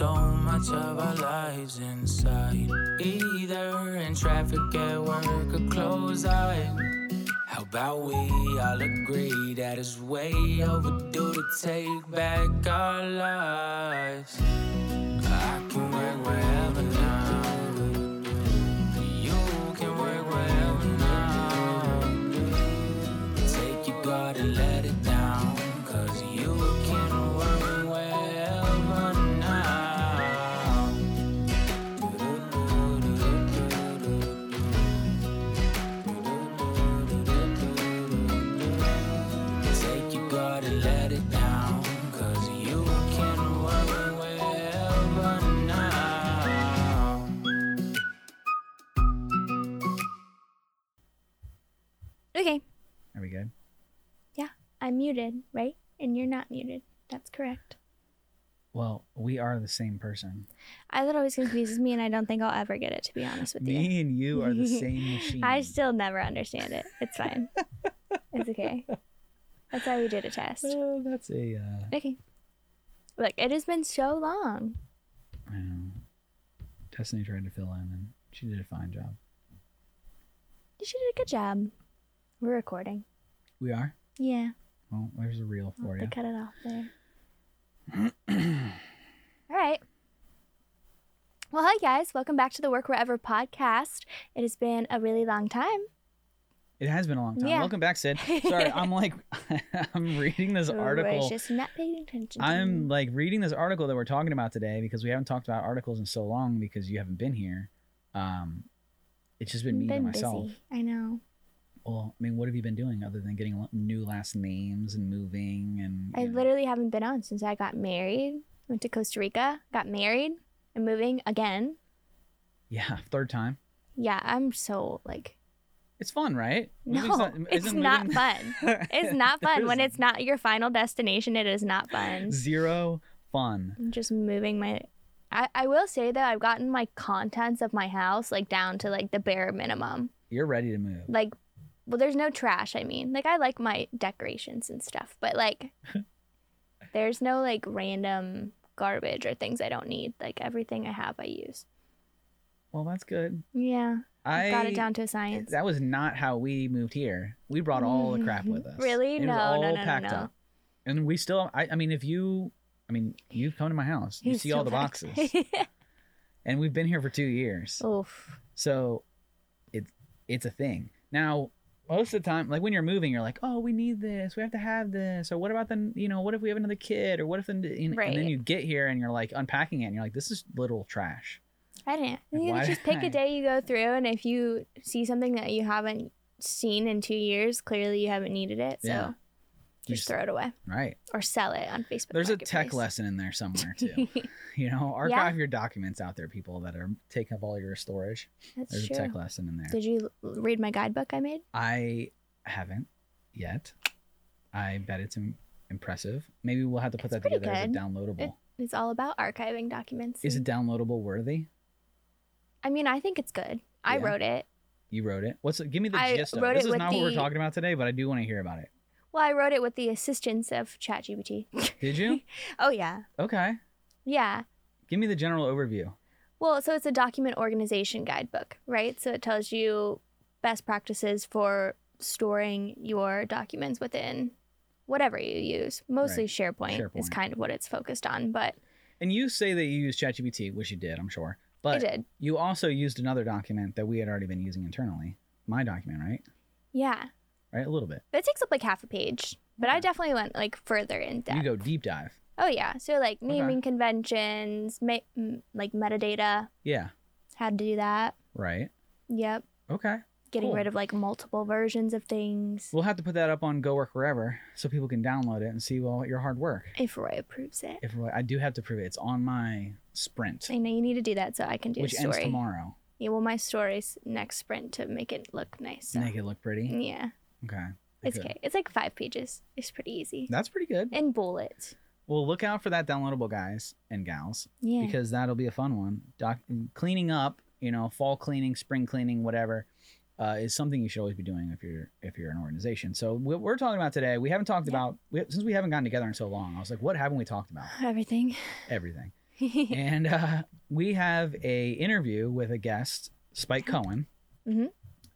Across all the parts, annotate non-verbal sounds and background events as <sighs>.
much of our lives inside. Either in traffic at work or close eyed. How about we all agree that it's way overdue to take back our lives? I can work wherever now. You can work wherever now. Take your guard and let it down. Cause you can work wherever now. Take your guard and let it down. Cause you can work wherever now. Okay. Are we good? Yeah, I'm muted, right? And you're not muted. That's correct. Well, we are the same person. I, that always confuses me, and I don't think I'll ever get it, to be honest with you. Me and you are <laughs> <laughs> the same machine. I still never understand it. It's <laughs> fine. it's okay. That's why we did a <laughs> test. Oh, that's a. Uh, Okay. Look, it has been so long. I don't know. Destiny tried to fill in, and she did a fine job. She did a good job. We're recording. We are. Yeah. Well, there's a reel I'll <laughs> for have you. to cut it off there. All right. Well, hi guys. Welcome back to the Work Wherever podcast. It has been a really long time. It has been a long time. Yeah. Welcome back, Sid. Sorry, I'm like, <laughs> I'm reading this We're article. just not paying attention. to I'm you. like reading this article that we're talking about today because we haven't talked about articles in so long because you haven't been here. Um, it's just been me Been and myself. busy. I know. Well, I mean, what have you been doing other than getting lo- new last names and moving and? I you know, literally haven't been on since I got married. Went to Costa Rica, got married, and moving again. Yeah, <laughs> third time. Yeah, I'm so like It's fun, right? no, Moving's <laughs> isn't it's not moving- fun. <laughs> It's not fun when There's it's not your final destination. It is not fun. zero fun. I'm just moving my. I, I will say though I've gotten my contents of my house like down to like the bare minimum. You're ready to move. Like, well, there's no trash. I mean, like I like my decorations and stuff, but <laughs> like, there's no like random garbage or things I don't need. Like everything I have, I use. Well, that's good. Yeah, I got it down to a science. That was not how we moved here. We brought all the crap with us. Mm-hmm. Really? It was No, no, all no, no, packed no. up. And we still. I, I mean, if you, I mean, you've come to my house. You He's see all so the packed. boxes, <laughs> and we've been here for two years. Oh. Oof. So it's it's a thing. Now, most of the time, like when you're moving, you're like, oh, we need this. We have to have this. Or what about the, you know, what if we have another kid? Or what if, the, you know, and Right. then you get here and you're like unpacking it and you're like, this is literal trash. I didn't. Like, You why just pick <laughs> did I- a day you go through, and if you see something that you haven't seen in two years, clearly you haven't needed it. So Yeah. You just, just- throw it away Right. or sell it on Facebook. There's a tech Marketplace. lesson in there somewhere <laughs> too. you know, <laughs> archive your documents out there, people that are taking up all your storage. That's There's true. a tech lesson in there. Did you l- read my guidebook I made? I haven't yet. I bet it's im- impressive. Maybe we'll have to put It's that pretty together as a good. downloadable. It's all about archiving documents. Is it and- downloadable worthy? I mean, I think it's good. I Yeah. wrote it. You wrote it. What's give me the I gist of wrote it? This it is with not what we're the- talking about today, but I do want to hear about it. Well, I wrote it with the assistance of <laughs> ChatGPT. <laughs> Did you? oh yeah, okay. yeah. Give me the general overview. Well, so it's a document organization guidebook, right? So it tells you best practices for storing your documents within whatever you use. Mostly Right. SharePoint, is SharePoint. kind of what it's focused on, but And you say that you use ChatGPT, which you did, I'm sure. But it did. you also used another document that we had already been using internally. My document, right? Yeah. Right, a little bit. That takes up like half a page. But I Okay. definitely went like further in depth. You go deep dive. Oh yeah, so like naming conventions, ma- m- like metadata, Yeah. how to do that. Right. Yep, Okay. getting Cool. rid of like multiple versions of things. We'll have to put that up on Go Work Wherever so people can download it and see well your hard work. if Roy approves it, If I do have to prove it, it's on my sprint, I know you need to do that so I can do which a ends story. tomorrow. Yeah, well, my story's next sprint to make it look nice. so- Make it look pretty. Yeah, Okay. it's Good. okay. It's like five pages. It's pretty easy. That's pretty good. And bullets. Well, look out for that downloadable, guys and gals, Yeah. because that'll be a fun one. Doc- cleaning up, you know, fall cleaning, spring cleaning, whatever, uh, is something you should always be doing if you're if you're an organization. So what we're talking about today, we haven't talked Yeah. about we, since we haven't gotten together in so long. I was like, what haven't we talked about? <sighs> Everything. <laughs> Everything. and uh, we have a interview with a guest, Spike Cohen. Mhm.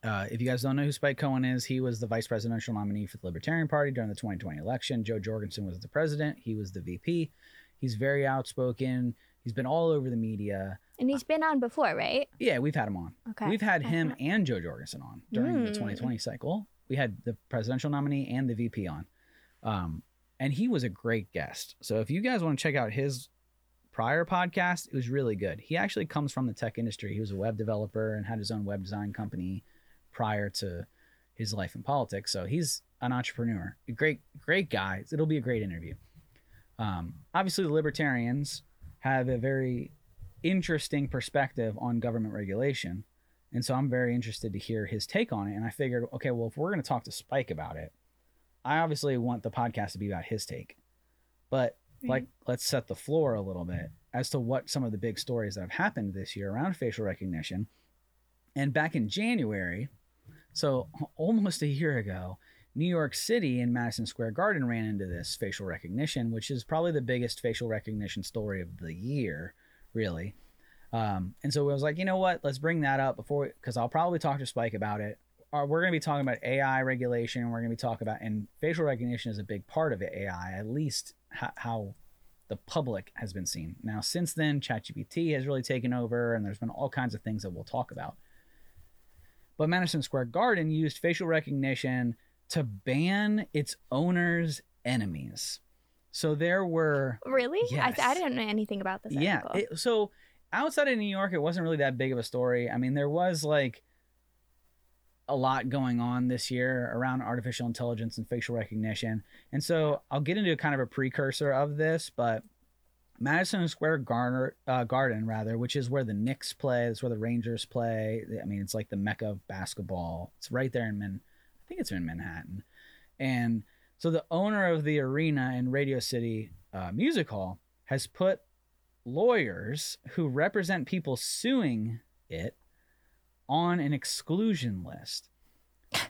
Uh, if you guys don't know who Spike Cohen is, he was the vice presidential nominee for the Libertarian Party during the 2020 election. Joe Jorgensen was the president. He was the VP. He's very outspoken. He's been all over the media. and he's been on before, right? Yeah, we've had him on. Okay. We've had I him haven't. and Joe Jorgensen on during the Mm. 2020 cycle. We had the presidential nominee and the VP on. Um, and he was a great guest. So if you guys want to check out his prior podcast, it was really good. He actually comes from the tech industry. He was a web developer and had his own web design company prior to his life in politics. So he's an entrepreneur. A great, great guy. It'll be a great interview. Um, obviously, the libertarians have a very interesting perspective on government regulation. And so I'm very interested to hear his take on it. And I figured, okay, well, if we're going to talk to Spike about it, I obviously want the podcast to be about his take. But like, let's set the floor a little bit as to what some of the big stories that have happened this year around facial recognition. And back in January, so <laughs> almost a year ago, New York City and Madison Square Garden ran into this facial recognition, which is probably the biggest facial recognition story of the year, really. Um, and so I was like, you know what? Let's bring that up before, because I'll probably talk to Spike about it. Or we're going to be talking about AI regulation. We're going to be talking about, and facial recognition is a big part of it, AI, at least ho- how the public has been seen. Now, since then, ChatGPT has really taken over, and there's been all kinds of things that we'll talk about. But Madison Square Garden used facial recognition to ban its owner's enemies. So there were Really? Yes. I, I didn't know anything about this. yeah. article. it- so outside of New York, it wasn't really that big of a story. I mean, there was like a lot going on this year around artificial intelligence and facial recognition. And so I'll get into kind of a precursor of this, but Madison Square Garner, uh, Garden, rather, which is where the Knicks play, it's where the Rangers play. I mean, it's like the mecca of basketball. It's right there in Min, I think it's in Manhattan. And so the owner of the arena and Radio City uh, Music Hall has put lawyers who represent people suing it on an exclusion list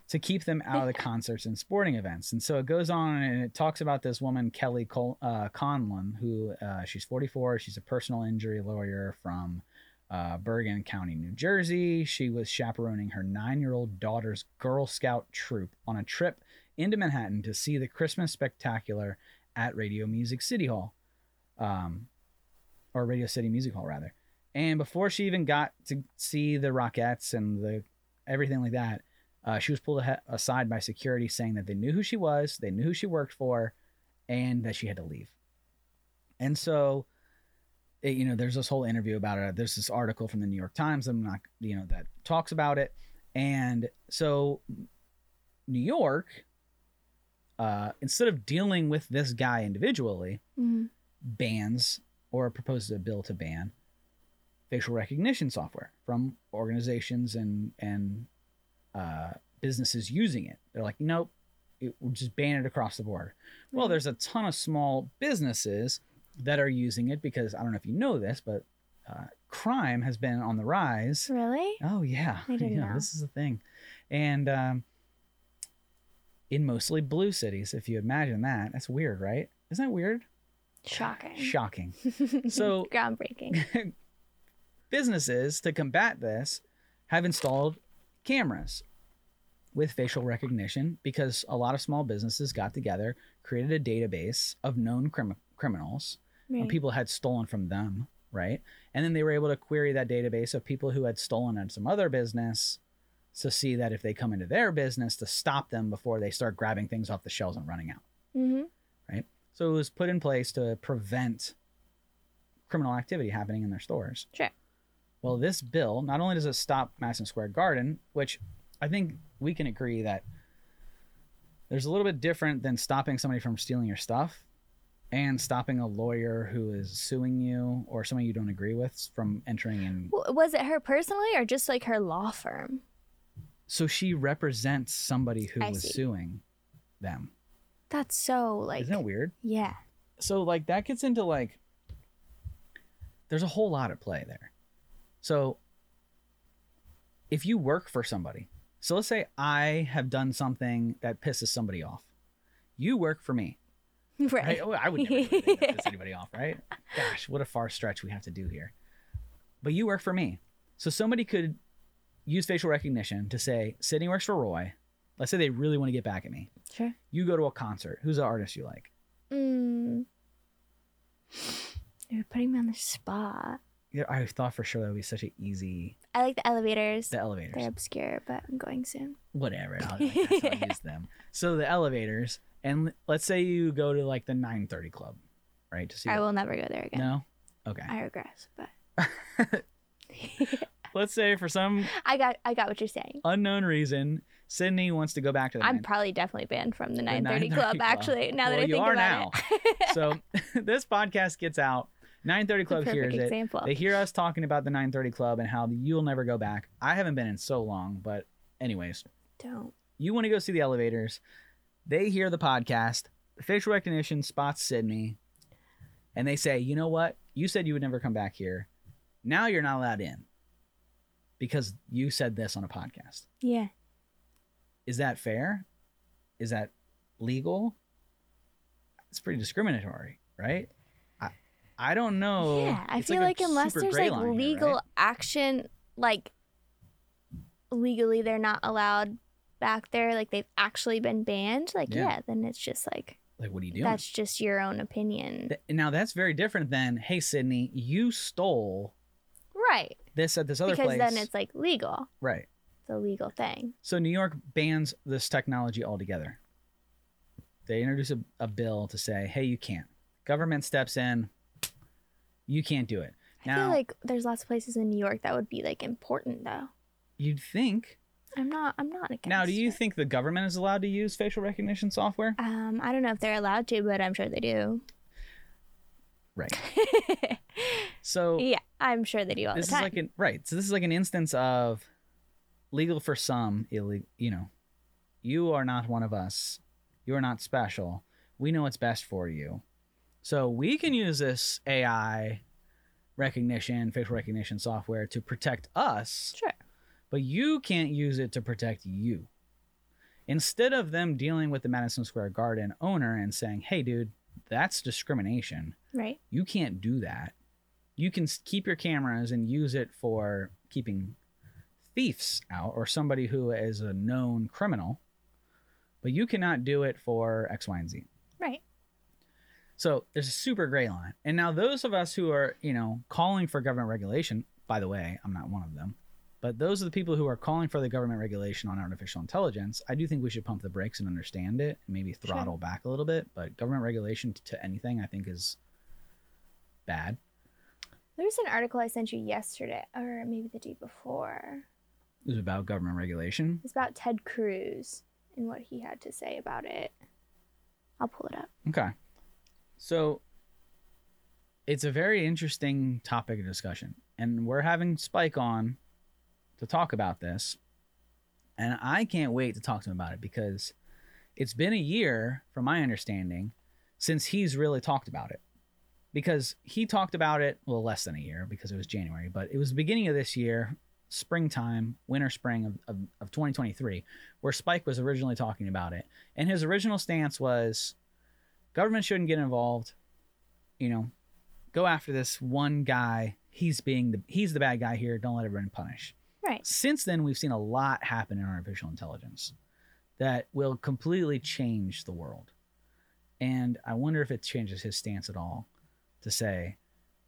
to keep them out of the concerts and sporting events. And so it goes on and it talks about this woman, Kelly Col- uh, Conlon, who uh, she's 44. She's a personal injury lawyer from uh, Bergen County, New Jersey. She was chaperoning her nine year old daughter's Girl Scout troop on a trip into Manhattan to see the Christmas spectacular at Radio Music City Hall. Um, or Radio City Music Hall rather. And before she even got to see the Rockettes and the everything like that, uh, she was pulled ahe- aside by security, saying that they knew who she was, they knew who she worked for, and that she had to leave. And so, it, you know, there's this whole interview about it. There's this article from the New York Times. I'm not, you know, that talks about it. And so, New York, uh, instead of dealing with this guy individually, Mhm. bans or proposes a bill to ban facial recognition software from organizations and and uh, businesses using it. They're like, nope, it, we'll just ban it across the board. Well, there's a ton of small businesses that are using it because I don't know if you know this, but uh, crime has been on the rise. Really? Oh yeah, I didn't <laughs> yeah, know. this is a thing, and um, in mostly blue cities, if you imagine that, that's weird, right? Isn't that weird? Shocking. Shocking. So- <laughs> <laughs> groundbreaking. businesses to combat this have installed cameras with facial recognition because a lot of small businesses got together, created a database of known crim- criminals and Right. people had stolen from them, right? And then they were able to query that database of people who had stolen at some other business to see that if they come into their business to stop them before they start grabbing things off the shelves and running out. hmm So it was put in place to prevent criminal activity happening in their stores. Sure. Well, this bill not only does it stop Madison Square Garden, which I think we can agree that there's a little bit different than stopping somebody from stealing your stuff and stopping a lawyer who is suing you or somebody you don't agree with from entering in. W- was it her personally or just like her law firm? So she represents somebody who I was see. suing them. That's so like. Isn't that weird? Yeah. <laughs> so like that gets into like there's a whole lot at play there so if you work for somebody so let's say i have done something that pisses somebody off you work for me Right. Right? Oh, I would never really think that piss anybody off, right? Gosh, what a far stretch we have to do here. But you work for me. So somebody could use facial recognition to say, Sydney works for Roy. Let's say they really want to get back at me. <laughs> Sure. You go to a concert. Who's the artist you like? Mm. You're putting me on the spot. Yeah, I thought for sure that would be such an easy I like the elevators. the elevators. They're obscure, but I'm going soon. Whatever. I'll, I <laughs> guess I'll use them. So the elevators, and l- let's say you go to like the 930 club, right? To see I what- will never go there again. No? Okay. I regress, <laughs> but <laughs> Let's say for some I got I got what you're saying. unknown reason, Sydney wants to go back to the I'm 930 probably definitely banned from the 930 9:30 club, <laughs> club. actually, now that Well, I you think are about it. <laughs> so <laughs> this podcast gets out. 930 Club perfect hears it. example. They hear us talking about the 930 Club and how you'll never go back. I haven't been in so long, but anyways, Don't. you want to go see the elevators. They hear the podcast. Facial recognition spots Sydney, and they say, "You know what? You said you would never come back here. Now you're not allowed in because you said this on a podcast. Yeah. Is that fair? Is that legal? It's pretty discriminatory, right? I, I don't know. yeah. I Oh, It's feel a like, unless super there's gray like line here, legal right? action, like legally they're not allowed back there, like they've actually been banned, like Yeah. yeah, then it's just like like what are you doing? that's just your own opinion. Th- now that's very different than, hey Sydney, you stole right. this at this other Because place. then it's like legal. right. It's a legal thing. So New York bans this technology altogether. They introduce a, a bill to say, hey, you can't. Government steps in, you can't do it. I feel Now like there's lots of places in New York that would be like important though. you'd think. I'm not I'm not against Now, do you it. think the government is allowed to use facial recognition software? Um, I don't know if they're allowed to, but I'm sure they do. Right. So yeah, <laughs> I'm sure they do all this the is time. like an right. So this is like an instance of legal for some, illegal. You know, you are not one of us. You are not special. We know what's best for you. So we can use this AI recognition, facial recognition software to protect us, sure. but you can't use it to protect you. Instead of them dealing with the Madison Square Garden owner and saying, "Hey, dude, that's discrimination." Right. You can't do that. You can s- keep your cameras and use it for keeping thieves out or somebody who is a known criminal, but you cannot do it for X, Y, and Z. Right. So there's a super gray line. And now those of us who are, you know, calling for government regulation, by the way, I'm not one of them, but those are the people who are calling for the government regulation on artificial intelligence. I do think we should pump the brakes and understand it, and maybe throttle back a little bit, but government regulation t- to anything I think is bad. There was an article I sent you yesterday, or maybe the day before. It was about government regulation. It's about Ted Cruz and what he had to say about it. I'll pull it up. Okay. So it's a very interesting topic of discussion. And we're having Spike on to talk about this. And I can't wait to talk to him about it because it's been a year, from my understanding, since he's really talked about it. Because he talked about it, well, less than a year because it was January, but it was the beginning of this year, springtime, winter, spring of, of, of 2023, where Spike was originally talking about it. And his original stance was government shouldn't get involved. You know, go after this one guy. He's being the he's the bad guy here. Don't let everyone punish. Right. Since then, we've seen a lot happen in artificial intelligence that will completely change the world. And I wonder if it changes his stance at all to say,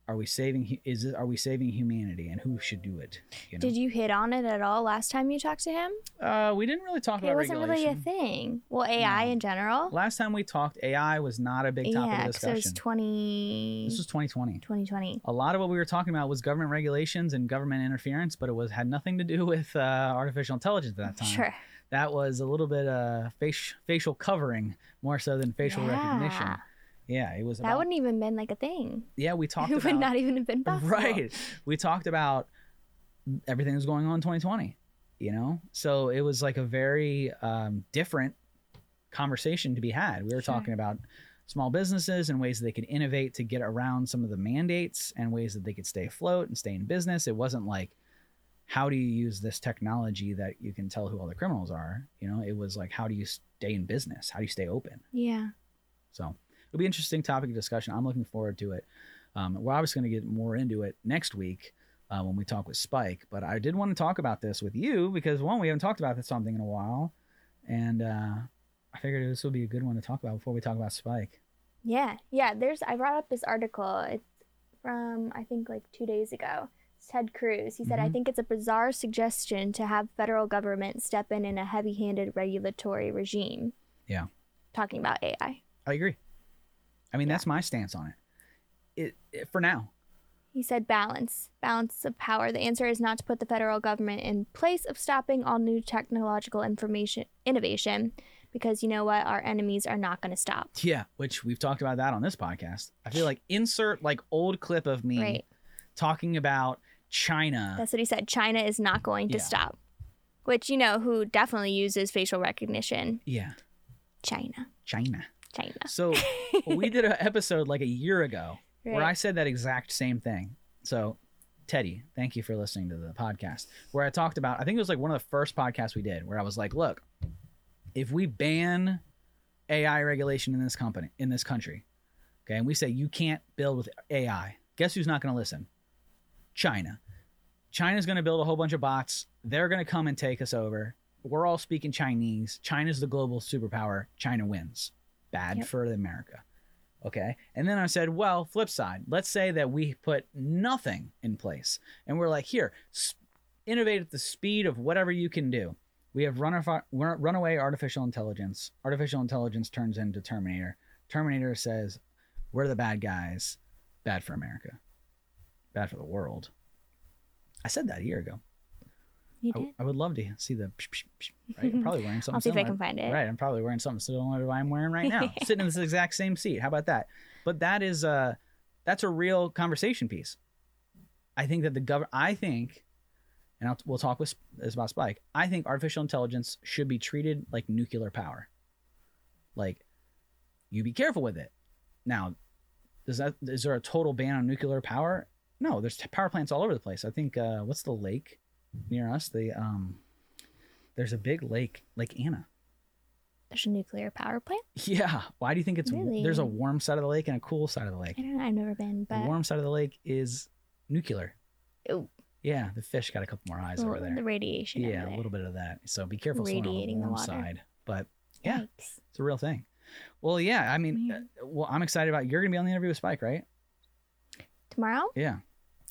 are we saving hu- is it, are we saving humanity and who should do it? You know? Did you hit on it at all last time you talked to him? uh, we didn't really talk It about wasn't really regulation. a thing. Well, AI No. in general. Last time we talked, AI was not a big topic yeah, of because it discussion. was 20, This was 2020. 2020. A lot of what we were talking about was government regulations and government interference, but it was had nothing to do with uh, artificial intelligence at that time. Sure. That was a little bit uh, face, facial covering more so than facial recognition. Yeah. Yeah, it was. That about- wouldn't even been like a thing. Yeah, we <laughs> talked it about. would not even have been possible. Right. <laughs> We talked about everything that was going on in 2020, you know? So it was like a very um, different conversation to be had. We were Sure. talking about small businesses and ways that they could innovate to get around some of the mandates and ways that they could stay afloat and stay in business. It wasn't like, how do you use this technology that you can tell who all the criminals are? You know, it was like, how do you stay in business? How do you stay open? Yeah. So it'll be an interesting topic of discussion. I'm looking forward to it. Um, we're obviously going to get more into it next week uh, when we talk with Spike, but I did want to talk about this with you because one, we haven't talked about this something in a while, and uh, I figured this would be a good one to talk about before we talk about Spike. Yeah, yeah. There's I brought up this article. It's from I think like two days ago. It's Ted Cruz. He said, "I Mhm. think it's a bizarre suggestion to have federal government step in in a heavy-handed regulatory regime." Yeah. Talking about AI, I agree. I mean, that's my stance on it. It, it for now. he said, "Balance, balance of power. The answer is not to put the federal government in place of stopping all new technological information innovation, because you know what, our enemies are not going to stop." Yeah, which we've talked about that on this podcast. I feel like insert like old clip of me Right. talking about China. That's what he said. China is not going to Uh, Yeah. stop. Which you know who definitely uses facial recognition? yeah, China. China. China. So we did an episode like a year ago where I Right. said that exact same thing. So Teddy, thank you for listening to the podcast where I talked about. I think it was like one of the first podcasts we did where I was like, look, if we ban AI regulation in this company in this country, okay, and we say you can't build with AI, guess who's not going to listen? China. China's going to build a whole bunch of bots. They're going to come and take us over. We're all speaking Chinese. China's the global superpower. China wins. Bad Yep. for America. Okay. And then I said, well, flip side, let's say that we put nothing in place and we're like, here, s- innovate at the speed of whatever you can do. We have runaf- run- runaway artificial intelligence. Artificial intelligence turns into Terminator. Terminator says, we're the bad guys. Bad for America. Bad for the world. I said that a year ago. You I, did. I would love to see the. Psh, psh, psh, right? <laughs> I'm probably wearing something. I'll see if I similar. can find it. Right, I'm probably wearing something similar to what I'm wearing right now, sitting in this exact same seat. How about that? But that is a that's a real conversation piece. I think that the government. I think, and I'll, we'll talk with this about Spike. I think artificial intelligence should be treated like nuclear power. Like, you be careful with it. Now, does that is there a total ban on nuclear power? No, there's power plants all over the place. I think uh, what's the lake near us? The um, there's a big lake, Lake Anna. There's a nuclear power plant. Yeah. Why do you think it's Really? there's a warm side of the lake and a cool side of the lake? I don't know. I've never been, The but warm side of the lake is nuclear. Ooh. Yeah, the fish got a couple more eyes the- over the there. radiation. Yeah, over a there. little bit of that. So be careful swimming on the Radiating the warm water. side. But yeah, Yikes. it's a real thing. Well, yeah, I mean, Man. uh, well, I'm excited about you're gonna be on the interview with Spike, right? Tomorrow? Yeah,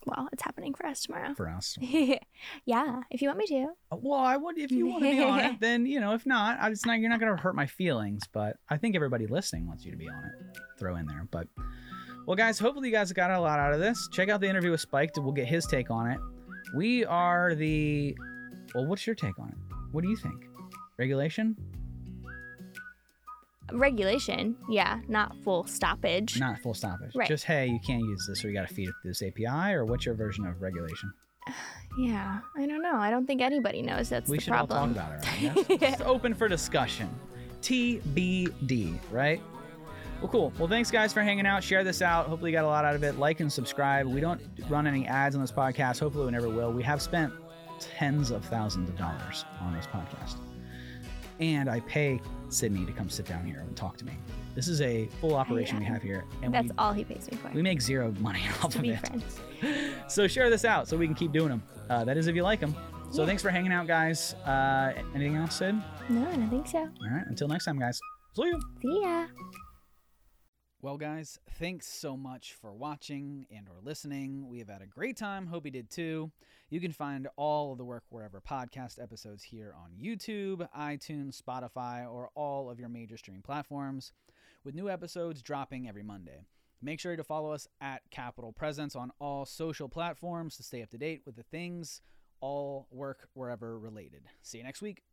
Well, it's happening for us tomorrow. for us. <laughs> yeah, if you want me to. Well, I would if you want to be on it. Then you know, if not, I- it's not. You're not going to hurt my feelings, but I think everybody listening wants you to be on it. Throw in there, but well, guys, hopefully you guys got a lot out of this. Check out the interview with Spike. We'll get his take on it. We are the. Well, what's your take on it? What do you think? Regulation, Regulation, yeah, not full stoppage. not full stoppage. Right. Just hey, you can't use this, or you got to feed it through this API, or what's your version of regulation? Yeah, I don't know. I don't think anybody knows that's we the should all problem. talk about it. Right? That's- it's open for discussion. TBD, right? Well, cool. Well, thanks guys for hanging out. Share this out. Hopefully, you got a lot out of it. Like and subscribe. We don't run any ads on this podcast. Hopefully, we never will. We have spent tens of thousands of dollars on this podcast. And I pay Sydney to come sit down here and talk to me. This is a full operation we have here, and that's we, all he pays me for. we make zero money <laughs> off to of be it. friends. <laughs> So share this out so we can keep doing them. Uh, that is if you like them. So Yeah. thanks for hanging out, guys. Uh, anything else, Sid? No, I don't think so. All right. Until next time, guys. See you. See ya. Well, guys, thanks so much for watching and or listening. We have had a great time. Hope you did too. You can find all of the Work Wherever podcast episodes here on YouTube, iTunes, Spotify, or all of your major streaming platforms, with new episodes dropping every Monday. Make sure to follow us at Capital Presence on all social platforms to stay up to date with the things all work wherever related. See you next week.